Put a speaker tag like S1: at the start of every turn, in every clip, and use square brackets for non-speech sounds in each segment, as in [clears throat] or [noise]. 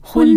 S1: 婚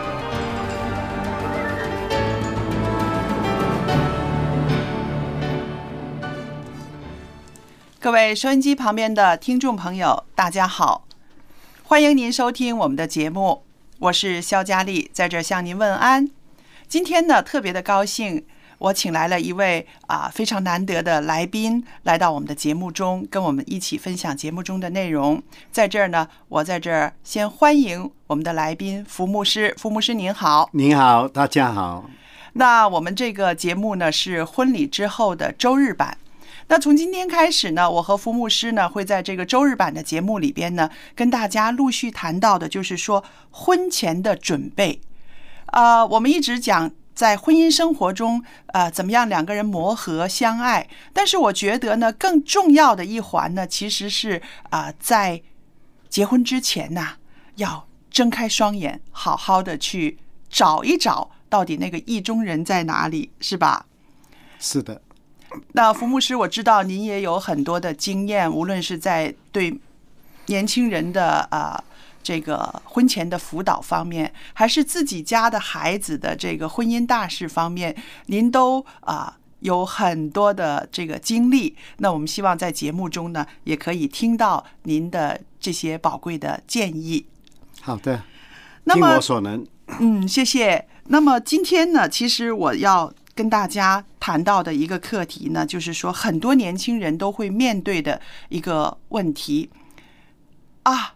S2: 各位收音机旁边的听众朋友，大家好，欢迎您收听我们的节目，我是肖佳丽，在这儿向您问安。今天呢，特别的高兴，我请来了一位啊非常难得的来宾来到我们的节目中，跟我们一起分享节目中的内容。在这儿呢，我在这儿先欢迎我们的来宾福牧师，福牧师您好。
S3: 您好，大家好。
S2: 那我们这个节目呢是婚礼之后的周日版。那从今天开始呢，我和福牧师呢会在这个周日版的节目里边呢，跟大家陆续谈到的，就是说婚前的准备。呃，我们一直讲在婚姻生活中，呃，怎么样两个人磨合相爱。但是我觉得呢，更重要的一环呢，其实是啊、呃在结婚之前呐、要睁开双眼，好好的去找一找，到底那个意中人在哪里，是吧？
S3: 是的，
S2: 那福牧师，我知道您也有很多的经验，无论是在对年轻人的啊、呃这个婚前的辅导方面，还是自己家的孩子的这个婚姻大事方面，您都啊、有很多的这个经历。那我们希望在节目中呢，也可以听到您的这些宝贵的建议。
S3: 好的，
S2: 那
S3: 尽
S2: 么
S3: 我所能。
S2: 嗯，谢谢。那么今天呢，其实我要跟大家谈到的一个课题呢，就是说很多年轻人都会面对的一个问题啊，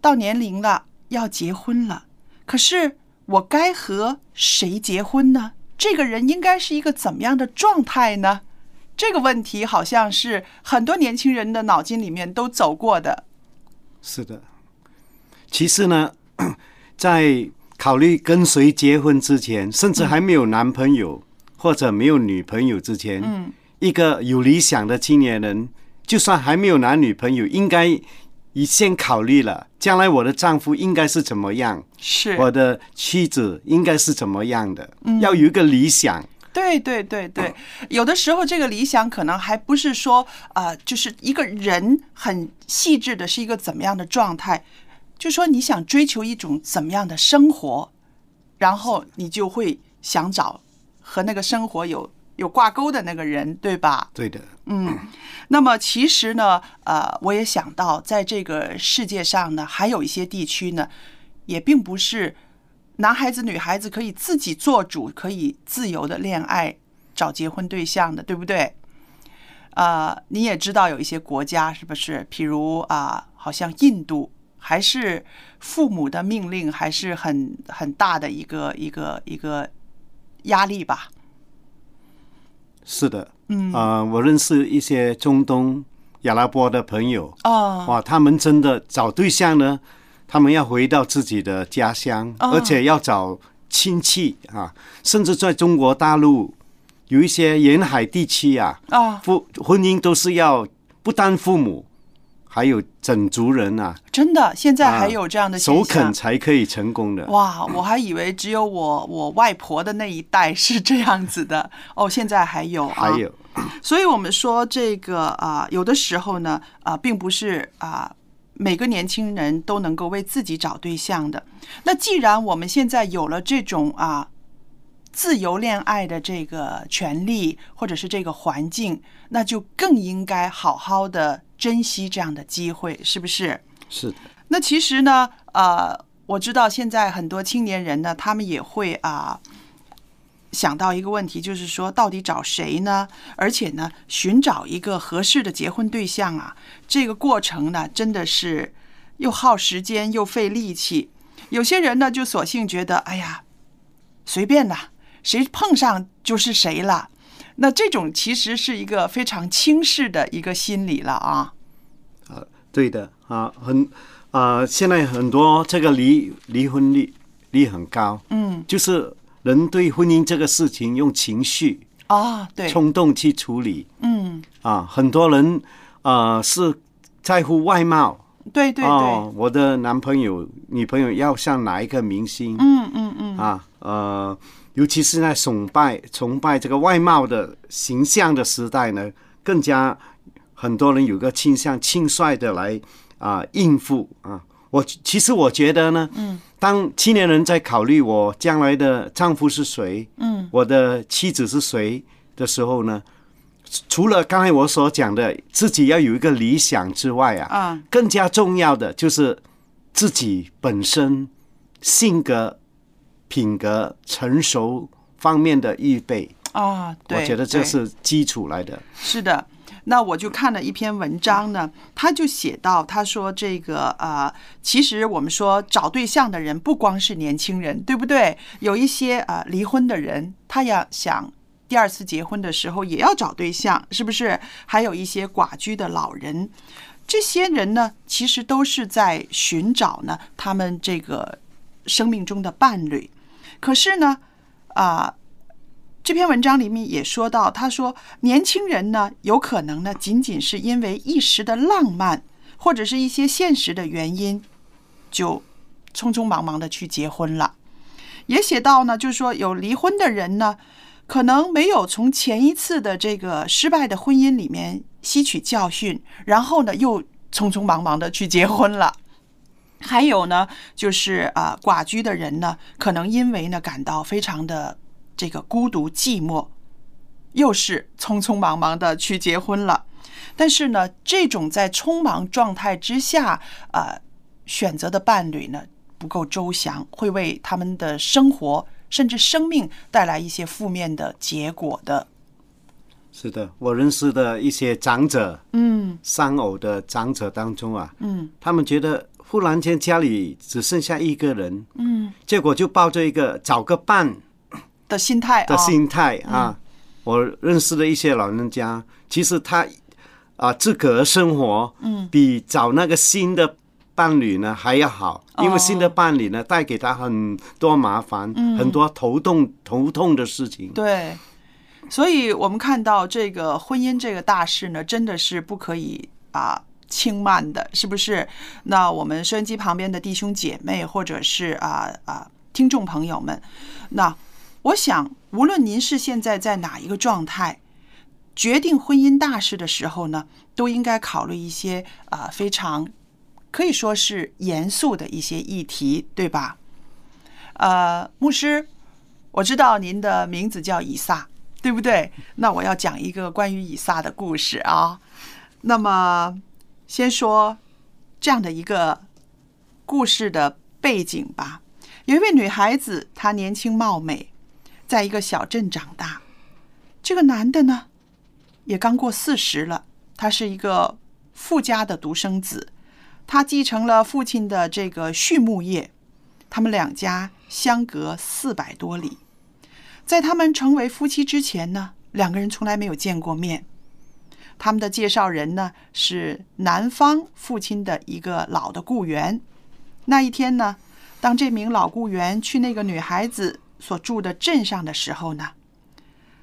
S2: 到年龄了要结婚了，可是我该和谁结婚呢？这个人应该是一个怎么样的状态呢？这个问题好像是很多年轻人的脑筋里面都走过的。
S3: 是的，其实呢， [clears throat] 在考虑跟谁结婚之前，甚至还没有男朋友、或者没有女朋友之前，
S2: 嗯，
S3: 一个有理想的青年人，就算还没有男女朋友，应该已先考虑了，将来我的丈夫应该是怎么样，
S2: 是，
S3: 我的妻子应该是怎么样的，
S2: 嗯
S3: 要有一个理想。
S2: 对对对对，有的时候这个理想可能还不是说呃，就是一个人很细致的是一个怎么样的状态，就说你想追求一种怎么样的生活，然后你就会想找和那个生活有有挂钩的那个人，对吧？
S3: 对的，
S2: 那么其实呢，呃，我也想到，在这个世界上呢，还有一些地区呢，也并不是男孩子、女孩子可以自己做主，可以自由的恋爱、找结婚对象的，对不对？呃，你也知道有一些国家是不是？譬如啊、好像印度，还是父母的命令，还是很很大的一个一个一个压力吧？
S3: 是的。
S2: 嗯，
S3: 呃，我认识一些中东、亚拉伯的朋友，
S2: 哦，
S3: 哇，他们真的找对象呢，他们要回到自己的家乡，
S2: 哦
S3: 而且要找亲戚啊，甚至在中国大陆有一些沿海地区啊，
S2: 哦，
S3: 父婚姻都是要不单父母，还有整族人啊，
S2: 真的，现在还
S3: 啊
S2: 有这样的现
S3: 首
S2: 象
S3: 肯才可以成功的。
S2: 哇，我还以 [laughs] 为只有我我外婆的那一代是这样子的哦，现在还有啊，
S3: 还有，
S2: 所以我们说这个啊、有的时候呢，啊、并不是啊、每个年轻人都能够为自己找对象的。那既然我们现在有了这种啊、自由恋爱的这个权利，或者是这个环境，那就更应该好好的珍惜这样的机会，是不是？
S3: 是的，
S2: 那其实呢，呃，我知道现在很多青年人呢，他们也会啊、想到一个问题，就是说到底找谁呢？而且呢，寻找一个合适的结婚对象啊，这个过程呢，真的是又耗时间又费力气。有些人呢，就索性觉得，哎呀，随便啦，谁碰上就是谁了。那这种其实是一个非常轻视的一个心理了啊。
S3: 对的啊，很啊、现在很多这个离离婚率率很高，
S2: 嗯，
S3: 就是人对婚姻这个事情用情绪
S2: 啊，对，
S3: 冲动去处理
S2: 嗯，
S3: 啊，很多人啊、是在乎外貌
S2: 对对对，
S3: 哦，我的男朋友女朋友要像哪一个明星，
S2: 嗯嗯嗯，
S3: 啊，呃，尤其是在崇拜崇拜这个外貌的形象的时代呢，更加很多人有个倾向轻率的来啊、应付啊。我其实我觉得呢，嗯，当青年人在考虑我将来的丈夫是谁，嗯，我的妻子是谁的时候呢，除了刚才我所讲的自己要有一个理想之外啊，
S2: 啊，
S3: 更加重要的就是自己本身性格、品格、成熟方面的预备。
S2: 啊，对，
S3: 我觉得这
S2: 对
S3: 是基础来的。
S2: 是的。那我就看了一篇文章呢，他就写到，他说这个呃，其实我们说找对象的人不光是年轻人，对不对？有一些呃离婚的人，他要想第二次结婚的时候也要找对象，是不是？还有一些寡居的老人，这些人呢，其实都是在寻找呢他们这个生命中的伴侣。可是呢，啊、这篇文章里面也说到，他说年轻人呢，有可能呢，仅仅是因为一时的浪漫或者是一些现实的原因，就匆匆忙忙的去结婚了。也写到呢，就是说有离婚的人呢，可能没有从前一次的这个失败的婚姻里面吸取教训，然后呢又匆匆忙忙的去结婚了。还有呢，就是啊、呃寡居的人呢，可能因为呢感到非常的这个孤独寂寞，又是匆匆忙忙的去结婚了。但是呢，这种在匆忙状态之下，呃，选择的伴侣呢不够周详，会为他们的生活甚至生命带来一些负面的结果的。
S3: 是的，我认识的一些长者，
S2: 嗯
S3: 丧偶的长者当中啊，
S2: 嗯
S3: 他们觉得忽然间家里只剩下一个人，
S2: 嗯
S3: 结果就抱着一个找个伴
S2: 的心态啊、
S3: 的心态啊。我认识的一些老人家，其实他啊自个儿生活，
S2: 嗯，
S3: 比找那个新的伴侣呢还要好，
S2: 哦
S3: 因为新的伴侣呢带给他很多麻烦，很多头痛头痛的事情。
S2: 嗯对，所以我们看到这个婚姻这个大事呢，真的是不可以啊。轻慢的，是不是？那我们收音机旁边的弟兄姐妹，或者是啊啊听众朋友们，那我想，无论您是现在在哪一个状态，决定婚姻大事的时候呢，都应该考虑一些啊、非常可以说是严肃的一些议题，对吧？呃，牧师，我知道您的名字叫以撒，对不对？那我要讲一个关于以撒的故事啊。那么，先说这样的一个故事的背景吧。有一位女孩子，她年轻貌美，在一个小镇长大。这个男的呢，也刚过四十了，他是一个富家的独生子，他继承了父亲的这个畜牧业。他们两家相隔四百多里。在他们成为夫妻之前呢，两个人从来没有见过面。他们的介绍人呢是男方父亲的一个老的雇员。那一天呢，当这名老雇员去那个女孩子所住的镇上的时候呢，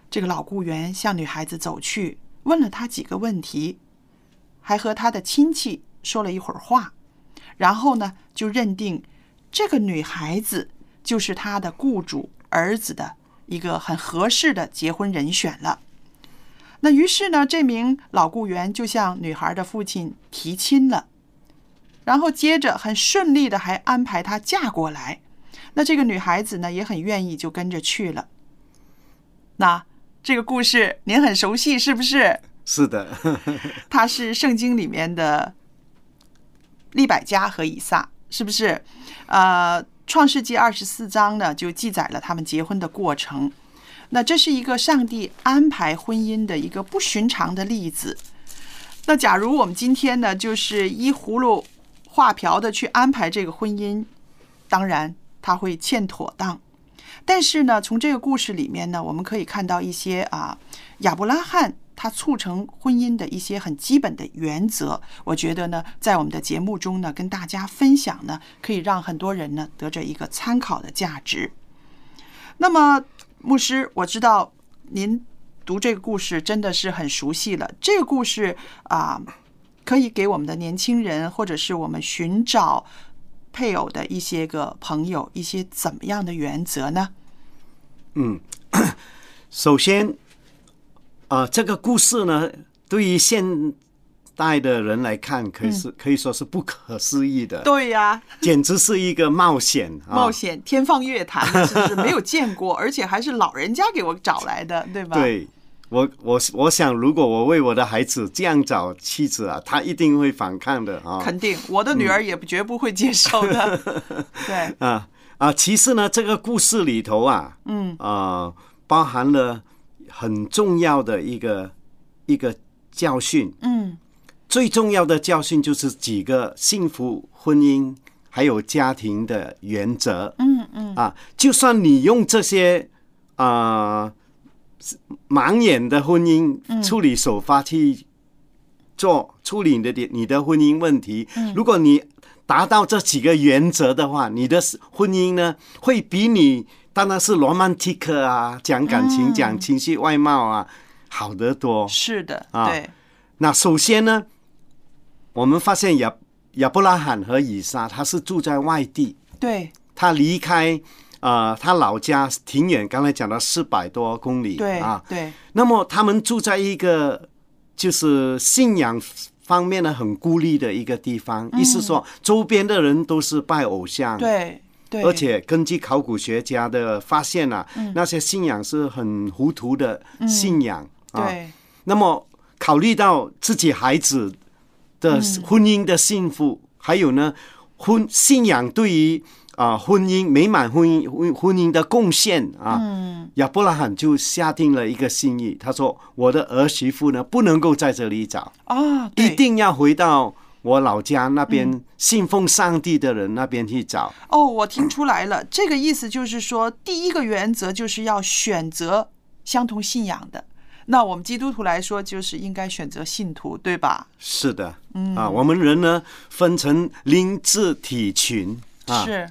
S2: 这个老雇员向女孩子走去，问了她几个问题，还和她的亲戚说了一会儿话。然后呢，就认定这个女孩子就是他的雇主儿子的一个很合适的结婚人选了。那于是呢，这名老雇员就向女孩的父亲提亲了，然后接着很顺利的还安排她嫁过来。那这个女孩子呢，也很愿意就跟着去了。那这个故事您很熟悉，是不是？
S3: 是的， [laughs]
S2: 它是圣经里面的利百加和以撒，是不是？呃，《创世纪》二十四章呢，就记载了他们结婚的过程。那这是一个上帝安排婚姻的一个不寻常的例子。那假如我们今天呢，就是依葫芦画瓢的去安排这个婚姻，当然它会欠妥当。但是呢，从这个故事里面呢，我们可以看到一些啊，亚伯拉罕他促成婚姻的一些很基本的原则。我觉得呢，在我们的节目中呢，跟大家分享呢，可以让很多人呢得着一个参考的价值。那么，牧师，我知道您读这个故事真的是很熟悉了。这个故事啊、可以给我们的年轻人，或者是我们寻找配偶的一些个朋友，一些怎么样的原则呢？
S3: 首先，啊、这个故事呢，对于现代的人来看，可以是、可以说是不可思议的，
S2: 嗯对呀、
S3: 简直是一个冒险啊！
S2: 冒险天方夜谭的，是不是没有见过？而且还是老人家给我找来的，对吧？，
S3: 对我，我我想，如果我为我的孩子这样找妻子啊，他一定会反抗的啊。
S2: 肯定我的女儿也不绝不会接受的。
S3: [laughs]
S2: 对，
S3: 啊啊，其实呢，这个故事里头啊，嗯啊、包含了很重要的一个一个教训。
S2: 嗯，
S3: 最重要的教训就是几个幸福婚姻还有家庭的原则。
S2: 嗯嗯，
S3: 啊，就算你用这些啊、盲眼的婚姻
S2: 嗯
S3: 处理手法去做处理你的点你的婚姻问题，
S2: 嗯
S3: 如果你达到这几个原则的话，你的婚姻呢会比你当然是 romantic 啊，讲感
S2: 嗯
S3: 情、讲情绪、外貌啊，好得多。
S2: 是的，
S3: 啊
S2: 对，
S3: 那首先呢，我们发现亚亚伯拉罕和以撒他是住在外地，
S2: 对，
S3: 他离开呃他老家挺远，刚才讲到四百多公里
S2: 对，
S3: 啊。
S2: 对，
S3: 那么他们住在一个就是信仰方面呢很孤立的一个地方，意思说周边的人都是拜偶像，
S2: 嗯对，对，嗯
S3: 而且根据考古学家的发现啊，那些信仰是很糊涂的信仰、啊。
S2: 对，
S3: 那么考虑到自己孩子的婚姻的幸福，还有呢，婚信仰对于啊、婚姻美满婚姻婚婚姻的贡献
S2: 嗯
S3: 啊，亚伯拉罕就下定了一个心意，他说：“我的儿媳妇呢，不能够在这里找，
S2: 啊，
S3: 一
S2: 对
S3: 定要回到。”我老家那边信奉上帝的人那边去找，
S2: 哦，我听出来了，这个意思就是说，第一个原则就是要选择相同信仰的。那我们基督徒来说，就是应该选择信徒，对吧？
S3: 是的，啊，我们人呢分成灵智体群啊，
S2: 是，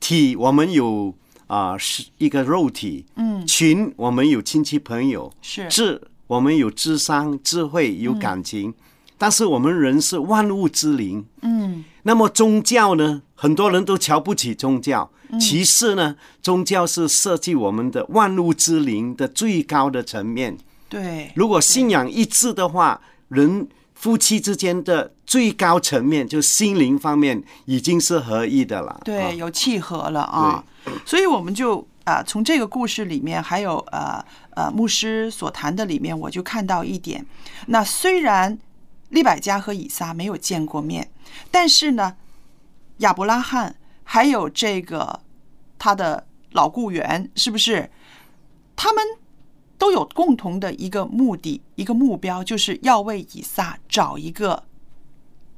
S3: 体我们有啊是、一个肉体，嗯，群我们有亲戚朋友，
S2: 是
S3: 智我们有智商、智慧、有感情，但是我们人是万物之灵，
S2: 嗯，
S3: 那么宗教呢，很多人都瞧不起宗教，
S2: 嗯
S3: 其实呢，宗教是设计我们的万物之灵的最高的层面。
S2: 对，
S3: 如果信仰一致的话，人夫妻之间的最高层面，就心灵方面，已经是合一的了。啊
S2: 对，有契合了啊。所以我们就啊、从这个故事里面，还有呃呃牧师所谈的里面，我就看到一点，那虽然利百加和以撒没有见过面，但是呢，亚伯拉罕还有这个他的老雇员，是不是？他们都有共同的一个目的，一个目标，就是要为以撒找一个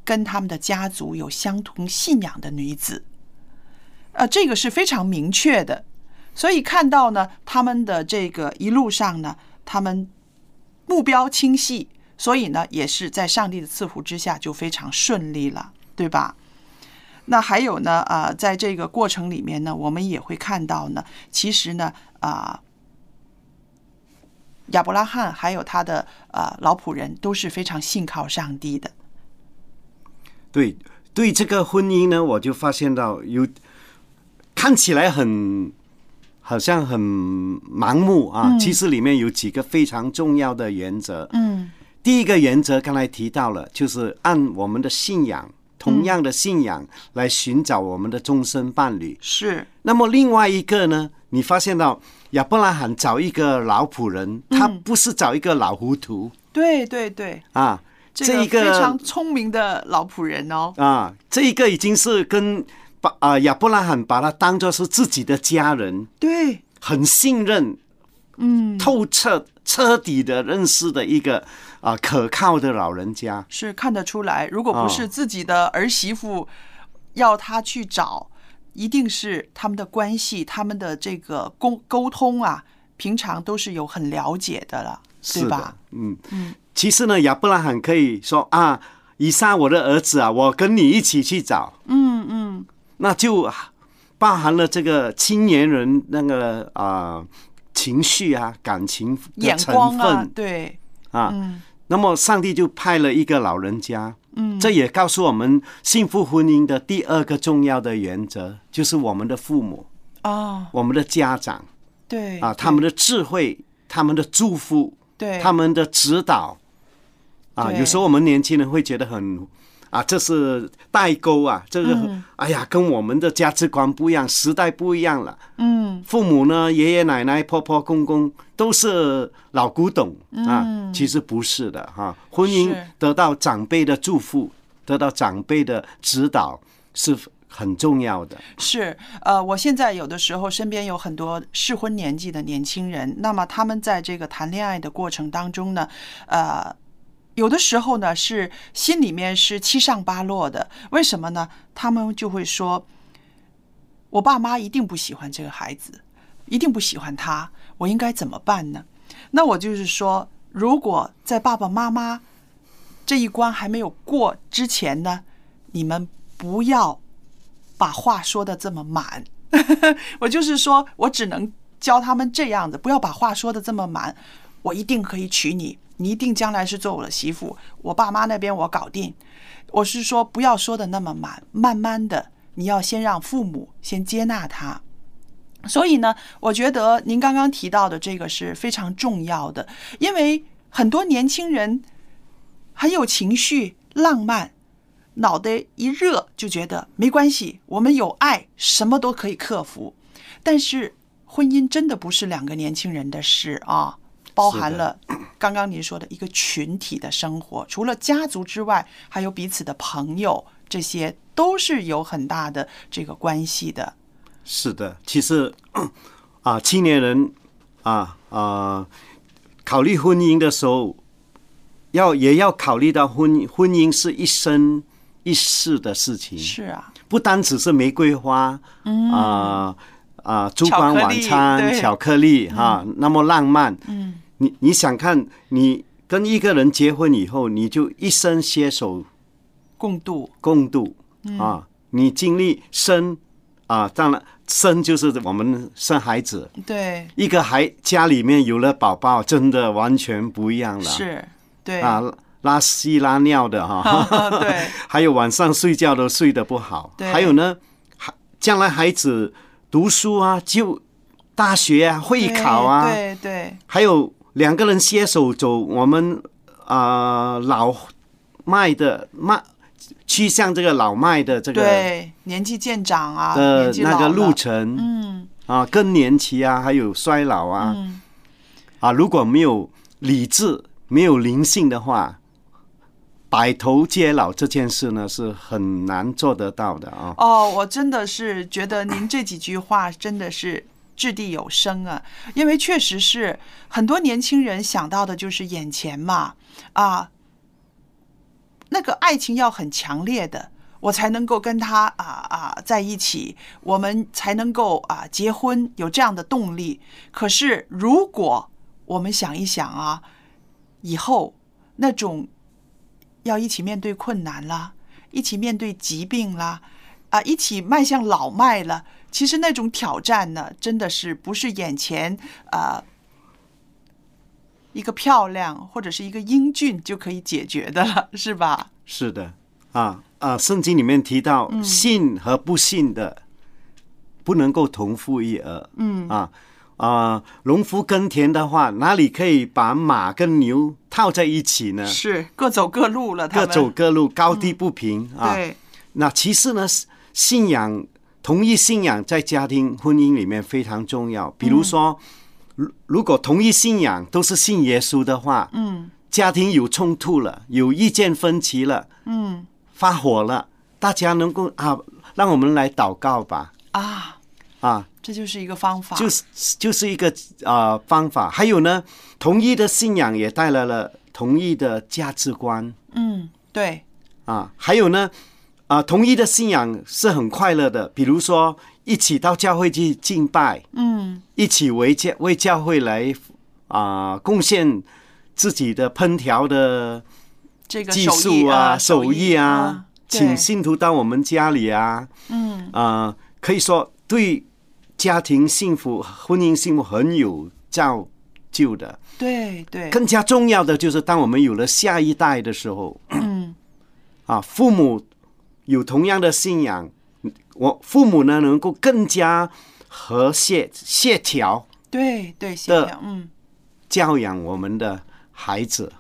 S2: 跟他们的家族有相同信仰的女子。呃，这个是非常明确的。所以看到呢，他们的这个一路上呢，他们目标清晰，所以呢，也是在上帝的赐福之下就非常顺利了，对吧？那还有呢，呃，在这个过程里面呢，我们也会看到呢，其实呢，啊、亚伯拉罕还有他的呃老仆人都是非常信靠上帝的，
S3: 对对，这个婚姻呢，我就发现到有看起来很好像很盲目啊，
S2: 嗯
S3: 其实里面有几个非常重要的原则。
S2: 嗯
S3: 第一个原则刚才提到了，就是按我们的信仰，同样的信仰来寻找我们的终身伴侣。
S2: 是，
S3: 那么另外一个呢，你发现到亚伯拉罕找一个老仆人，
S2: 嗯
S3: 他不是找一个老糊涂
S2: 对对对，
S3: 啊，
S2: 这
S3: 一
S2: 个非常
S3: 个
S2: 聪明的老仆人哦，
S3: 啊，这一个已经是跟把啊、亚伯拉罕把他当做是自己的家人，
S2: 对，
S3: 很信任，嗯，透彻彻底的认识的一个啊、可靠的老人家。
S2: 是看得出来，如果
S3: 哦
S2: 不是自己的儿媳妇要他去找，一定是他们的关系、他们的这个沟沟通啊，平常都是有很了解的了，
S3: 是
S2: 对
S3: 的，
S2: 吧？
S3: 嗯其实呢，亚伯拉罕可以说啊，以撒我的儿子啊，我跟你一起去找。嗯嗯，那就包含了这个青年人那个啊、情绪啊、感情的
S2: 眼
S3: 成
S2: 光啊
S3: 分，
S2: 对，嗯
S3: 啊。那么上帝就派了一个老人家。嗯，这也告诉我们幸福婚姻的第二个重要的原则，就是我们的父母、
S2: 哦，
S3: 我们的家长
S2: 对
S3: 啊，他们
S2: 的
S3: 的智慧、他们的祝福
S2: 对
S3: 他们的指导啊，
S2: 对
S3: 有时候我们年轻人会觉得很啊，这是代沟啊，这个、
S2: 嗯
S3: 哎呀，跟我们的价值观不一样，时代不一样了。
S2: 嗯，
S3: 父母呢，爷爷奶奶、婆婆公公都是老古董啊，其实不是的哈、婚姻
S2: 是
S3: 得到长辈的祝福，得到长辈的指导是很重要的。
S2: 是，呃，我现在有的时候身边有很多适婚年纪的年轻人，那么他们在这个谈恋爱的过程当中呢，呃，有的时候呢是心里面是七上八落的，为什么呢？他们就会说，我爸妈一定不喜欢这个孩子，一定不喜欢他，我应该怎么办呢？那我就是说，如果在爸爸妈妈这一关还没有过之前呢，你们不要把话说的这么满。 [laughs] 我就是说我只能教他们这样子，不要把话说的这么满。我一定可以娶你，你一定将来是做我的媳妇。我爸妈那边我搞定。我是说不要说的那么满，慢慢的，你要先让父母先接纳他。所以呢，我觉得您刚刚提到的这个是非常重要的，因为很多年轻人很有情绪、浪漫，脑袋一热就觉得没关系，我们有爱，什么都可以克服。但是婚姻真的不是两个年轻人的事啊，包含了刚刚您说的一个群体的生活，除了家族之外，还有彼此的朋友，这些都是有很大的这个关系的。
S3: 是的，其实啊，青年人啊啊、考虑婚姻的时候，要也要考虑到婚婚姻是一生一世的事情，
S2: 是啊，
S3: 不单只是玫瑰花，啊啊，烛光晚餐、
S2: 巧
S3: 巧克力哈，那么浪漫。嗯，你你想看，你跟一个人结婚以后，你就一生携手
S2: 共度
S3: 共度啊，你经历生啊，当然生就是我们生孩子，
S2: 对
S3: 一个孩家里面有了宝宝，真的完全不一样了，
S2: 是，对
S3: 啊，拉稀拉尿的 [laughs] 哈、
S2: [laughs] 对，
S3: 还有晚上睡觉都睡得不好，
S2: 对
S3: 还有呢，还将来孩子读书啊，就大学啊，会考啊，
S2: 对对
S3: 还有两个人携手走我们啊、呃老迈的迈趋向这个老迈的这
S2: 对
S3: 个
S2: 对，年纪渐长啊，
S3: 的
S2: 年纪
S3: 那
S2: 老
S3: 个路
S2: 了
S3: 程，
S2: 嗯
S3: 啊，更年期啊，还有衰老啊，
S2: 嗯，
S3: 啊，如果没有理智、没有灵性的话，白头偕老这件事呢是很难做得到的啊。
S2: 哦，我真的是觉得您这几句话真的是掷地有声啊，因为确实是很多年轻人想到的就是眼前嘛，啊，那个爱情要很强烈的，我才能够跟他啊啊在一起，我们才能够啊结婚，有这样的动力。可是如果我们想一想啊，以后那种要一起面对困难啦，一起面对疾病啦，啊，一起迈向老迈了。其实那种挑战呢，真的是不是眼前啊、呃一个漂亮或者是一个英俊就可以解决的了， [laughs] 是吧？
S3: 是
S2: 嗯
S3: 的，啊啊，圣经里面提到信和不信的不能够同父异儿。嗯啊啊，农夫耕田的话，哪里可以把马跟牛套在一起呢？
S2: 是各走各路了，他
S3: 嗯各
S2: 们嗯
S3: 走各路，高低不平、啊。
S2: 对，
S3: 那其次呢，信仰同一信仰在家庭婚姻里面非常重要。比如说，如如果同一信仰都是信耶稣的话，
S2: 嗯
S3: 家庭有冲突了，有意见分歧了，
S2: 嗯
S3: 发火了，大家能够啊，让我们来祷告吧，
S2: 啊，
S3: 啊，
S2: 这就是一个方法，
S3: 就是就是一个啊、呃方法。还有呢，同一的信仰也带来了同一的价值观
S2: 嗯对，
S3: 啊，还有呢，啊、同一的信仰是很快乐的，比如说一起到教会去敬拜，
S2: 嗯
S3: 一起为教为教会来啊、贡献自己的烹调的
S2: 这个
S3: 技
S2: 手
S3: 术
S2: 艺
S3: 啊、
S2: 啊
S3: 手艺啊，请
S2: 对
S3: 信徒到我们家里啊，
S2: 嗯
S3: 啊，可以说对家庭幸福、婚姻幸福很有造就的。
S2: 对对，
S3: 更加重要的就是，当我们有了下一代的时候，
S2: 嗯
S3: 啊，父母有同样的信仰，我父母呢能够更加和谐协调
S2: 对对，协
S3: 的
S2: 调嗯。
S3: 教养我们的孩子。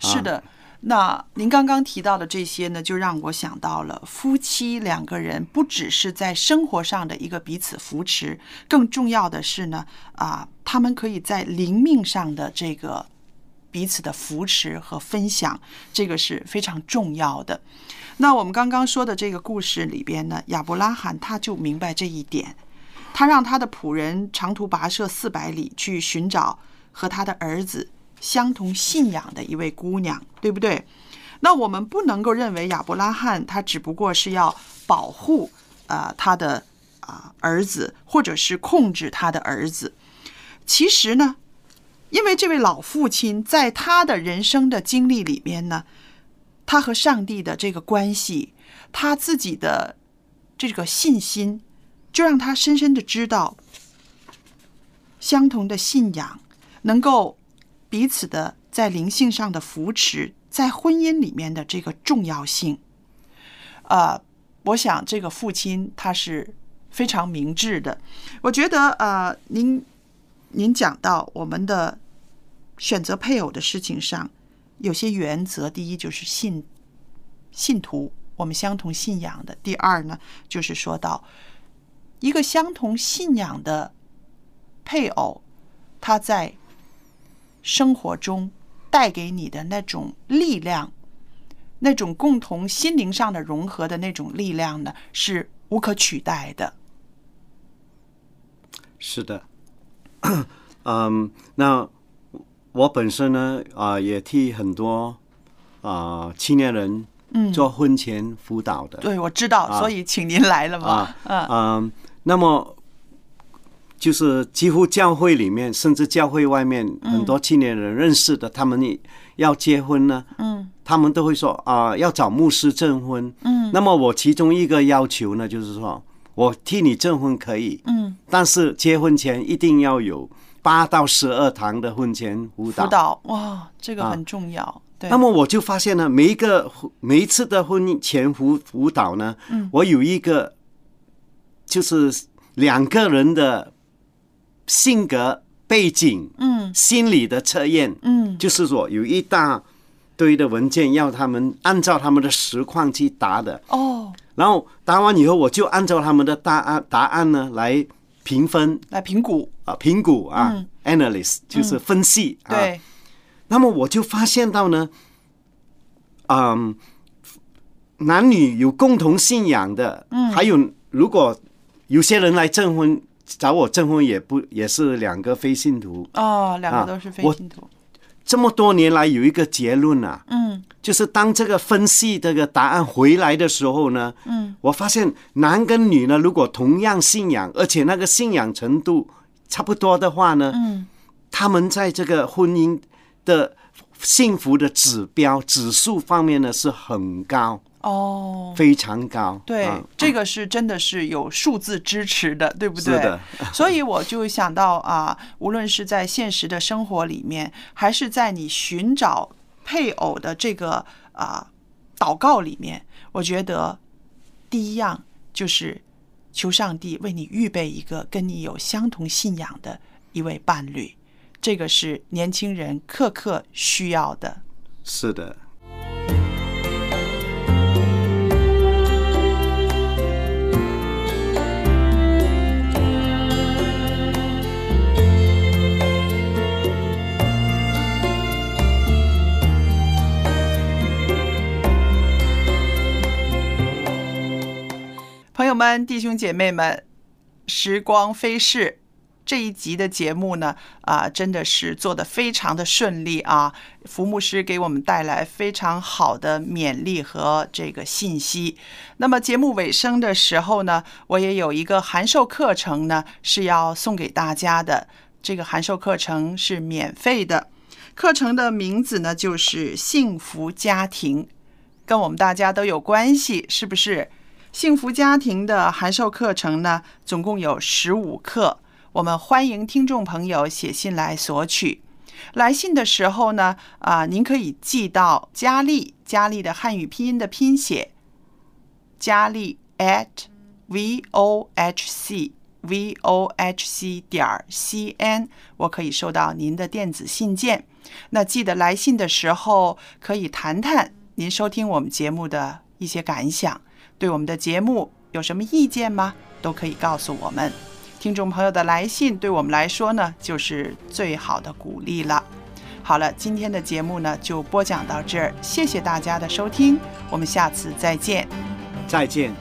S2: 是的，那您刚刚提到的这些呢，就让我想到了夫妻两个人不只是在生活上的一个彼此扶持，更重要的是呢，啊，他们可以在灵命上的这个彼此的扶持和分享，这个是非常重要的。那我们刚刚说的这个故事里边呢，亚伯拉罕他就明白这一点，他让他的仆人长途跋涉四百里去寻找和他的儿子相同信仰的一位姑娘，对不对？那我们不能够认为亚伯拉罕他只不过是要保护呃他的啊、儿子，或者是控制他的儿子。其实呢，因为这位老父亲在他的人生的经历里面呢，他和上帝的这个关系，他自己的这个信心，就让他深深的知道，相同的信仰能够彼此的在灵性上的扶持，在婚姻里面的这个重要性。呃，我想这个父亲他是非常明智的。我觉得呃，您您讲到我们的选择配偶的事情上，有些原则，第一就是信信徒，我们相同信仰的；第二呢，就是说到一个相同信仰的配偶，他在生活中带给你的那种力量，那种共同心灵上的融合的那种力量呢，是无可取代的。
S3: 是的， [coughs] 嗯，那我本身呢，啊、也替很多啊、青年人
S2: 嗯
S3: 做婚前辅导的。
S2: 对，我知道，所以请您来了嘛。
S3: 啊，
S2: 嗯
S3: 嗯，那么就是几乎教会里面，甚至教会外面很多青年人认识的，他们也要结婚呢，
S2: 嗯
S3: 他们都会说啊、要找牧师证婚。
S2: 嗯
S3: 那么我其中一个要求呢，就是说我替你证婚可以，
S2: 嗯，
S3: 但是结婚前一定要有八到十二堂的婚前辅
S2: 辅
S3: 导。
S2: 导哇，这个
S3: 啊
S2: 很重要。对，
S3: 那么我就发现呢，每一个每一次的婚姻前辅辅导呢，
S2: 嗯
S3: 我有一个就是两个人的性格背景、
S2: 嗯
S3: 心理的测验，
S2: 嗯
S3: 就是说有一大堆的文件要他们按照他们的实况去答的，
S2: 哦，
S3: 然后答完以后，我就按照他们的答案答案呢来评分
S2: 来评估，
S3: 啊、评估
S2: 嗯
S3: 啊、a n a l y s t 就是分析、啊。
S2: 对，
S3: 那么我就发现到呢，嗯，男女有共同信仰的，嗯，还有如果有些人来证婚找我证婚，也不也是两个非信徒。
S2: 哦，两
S3: 啊
S2: 个都是非
S3: 我
S2: 信徒。
S3: 这么多年来有一个结论啊，
S2: 嗯
S3: 就是当这个分析这个答案回来的时候呢，
S2: 嗯，
S3: 我发现男跟女呢，如果同样信仰，而且那个信仰程度差不多的话呢，
S2: 嗯，
S3: 他们在这个婚姻的幸福的指标指数方面呢是很高，
S2: 哦，
S3: 非常高。
S2: 对
S3: 啊，
S2: 这个是真的是有数字支持的，对不
S3: 是
S2: 对？
S3: 的，
S2: [laughs] 所以我就想到啊，无论是在现实的生活里面，还是在你寻找配偶的这个啊祷告里面，我觉得第一样就是求上帝为你预备一个跟你有相同信仰的一位伴侣，这个是年轻人刻刻需要的。
S3: 是的，
S2: 朋友们、弟兄姐妹们，时光飞逝，这一集的节目呢，啊，真的是做的非常的顺利啊！福牧师给我们带来非常好的勉励和这个信息。那么节目尾声的时候呢，我也有一个函授课程呢，是要送给大家的。这个函授课程是免费的，课程的名字呢就是《幸福家庭》，跟我们大家都有关系，是不是？幸福家庭的函授课程呢，总共有十五课，我们欢迎听众朋友写信来索取。来信的时候呢，啊、您可以寄到佳丽，佳丽的汉语拼音的拼写，佳丽 at v o h c v o h c 点儿 c n，我可以收到您的电子信件。那记得来信的时候，可以谈谈您收听我们节目的一些感想。对我们的节目有什么意见吗？都可以告诉我们。听众朋友的来信对我们来说呢，就是最好的鼓励了。好了，今天的节目呢就播讲到这儿，谢谢大家的收听，我们下次再见。
S3: 再见。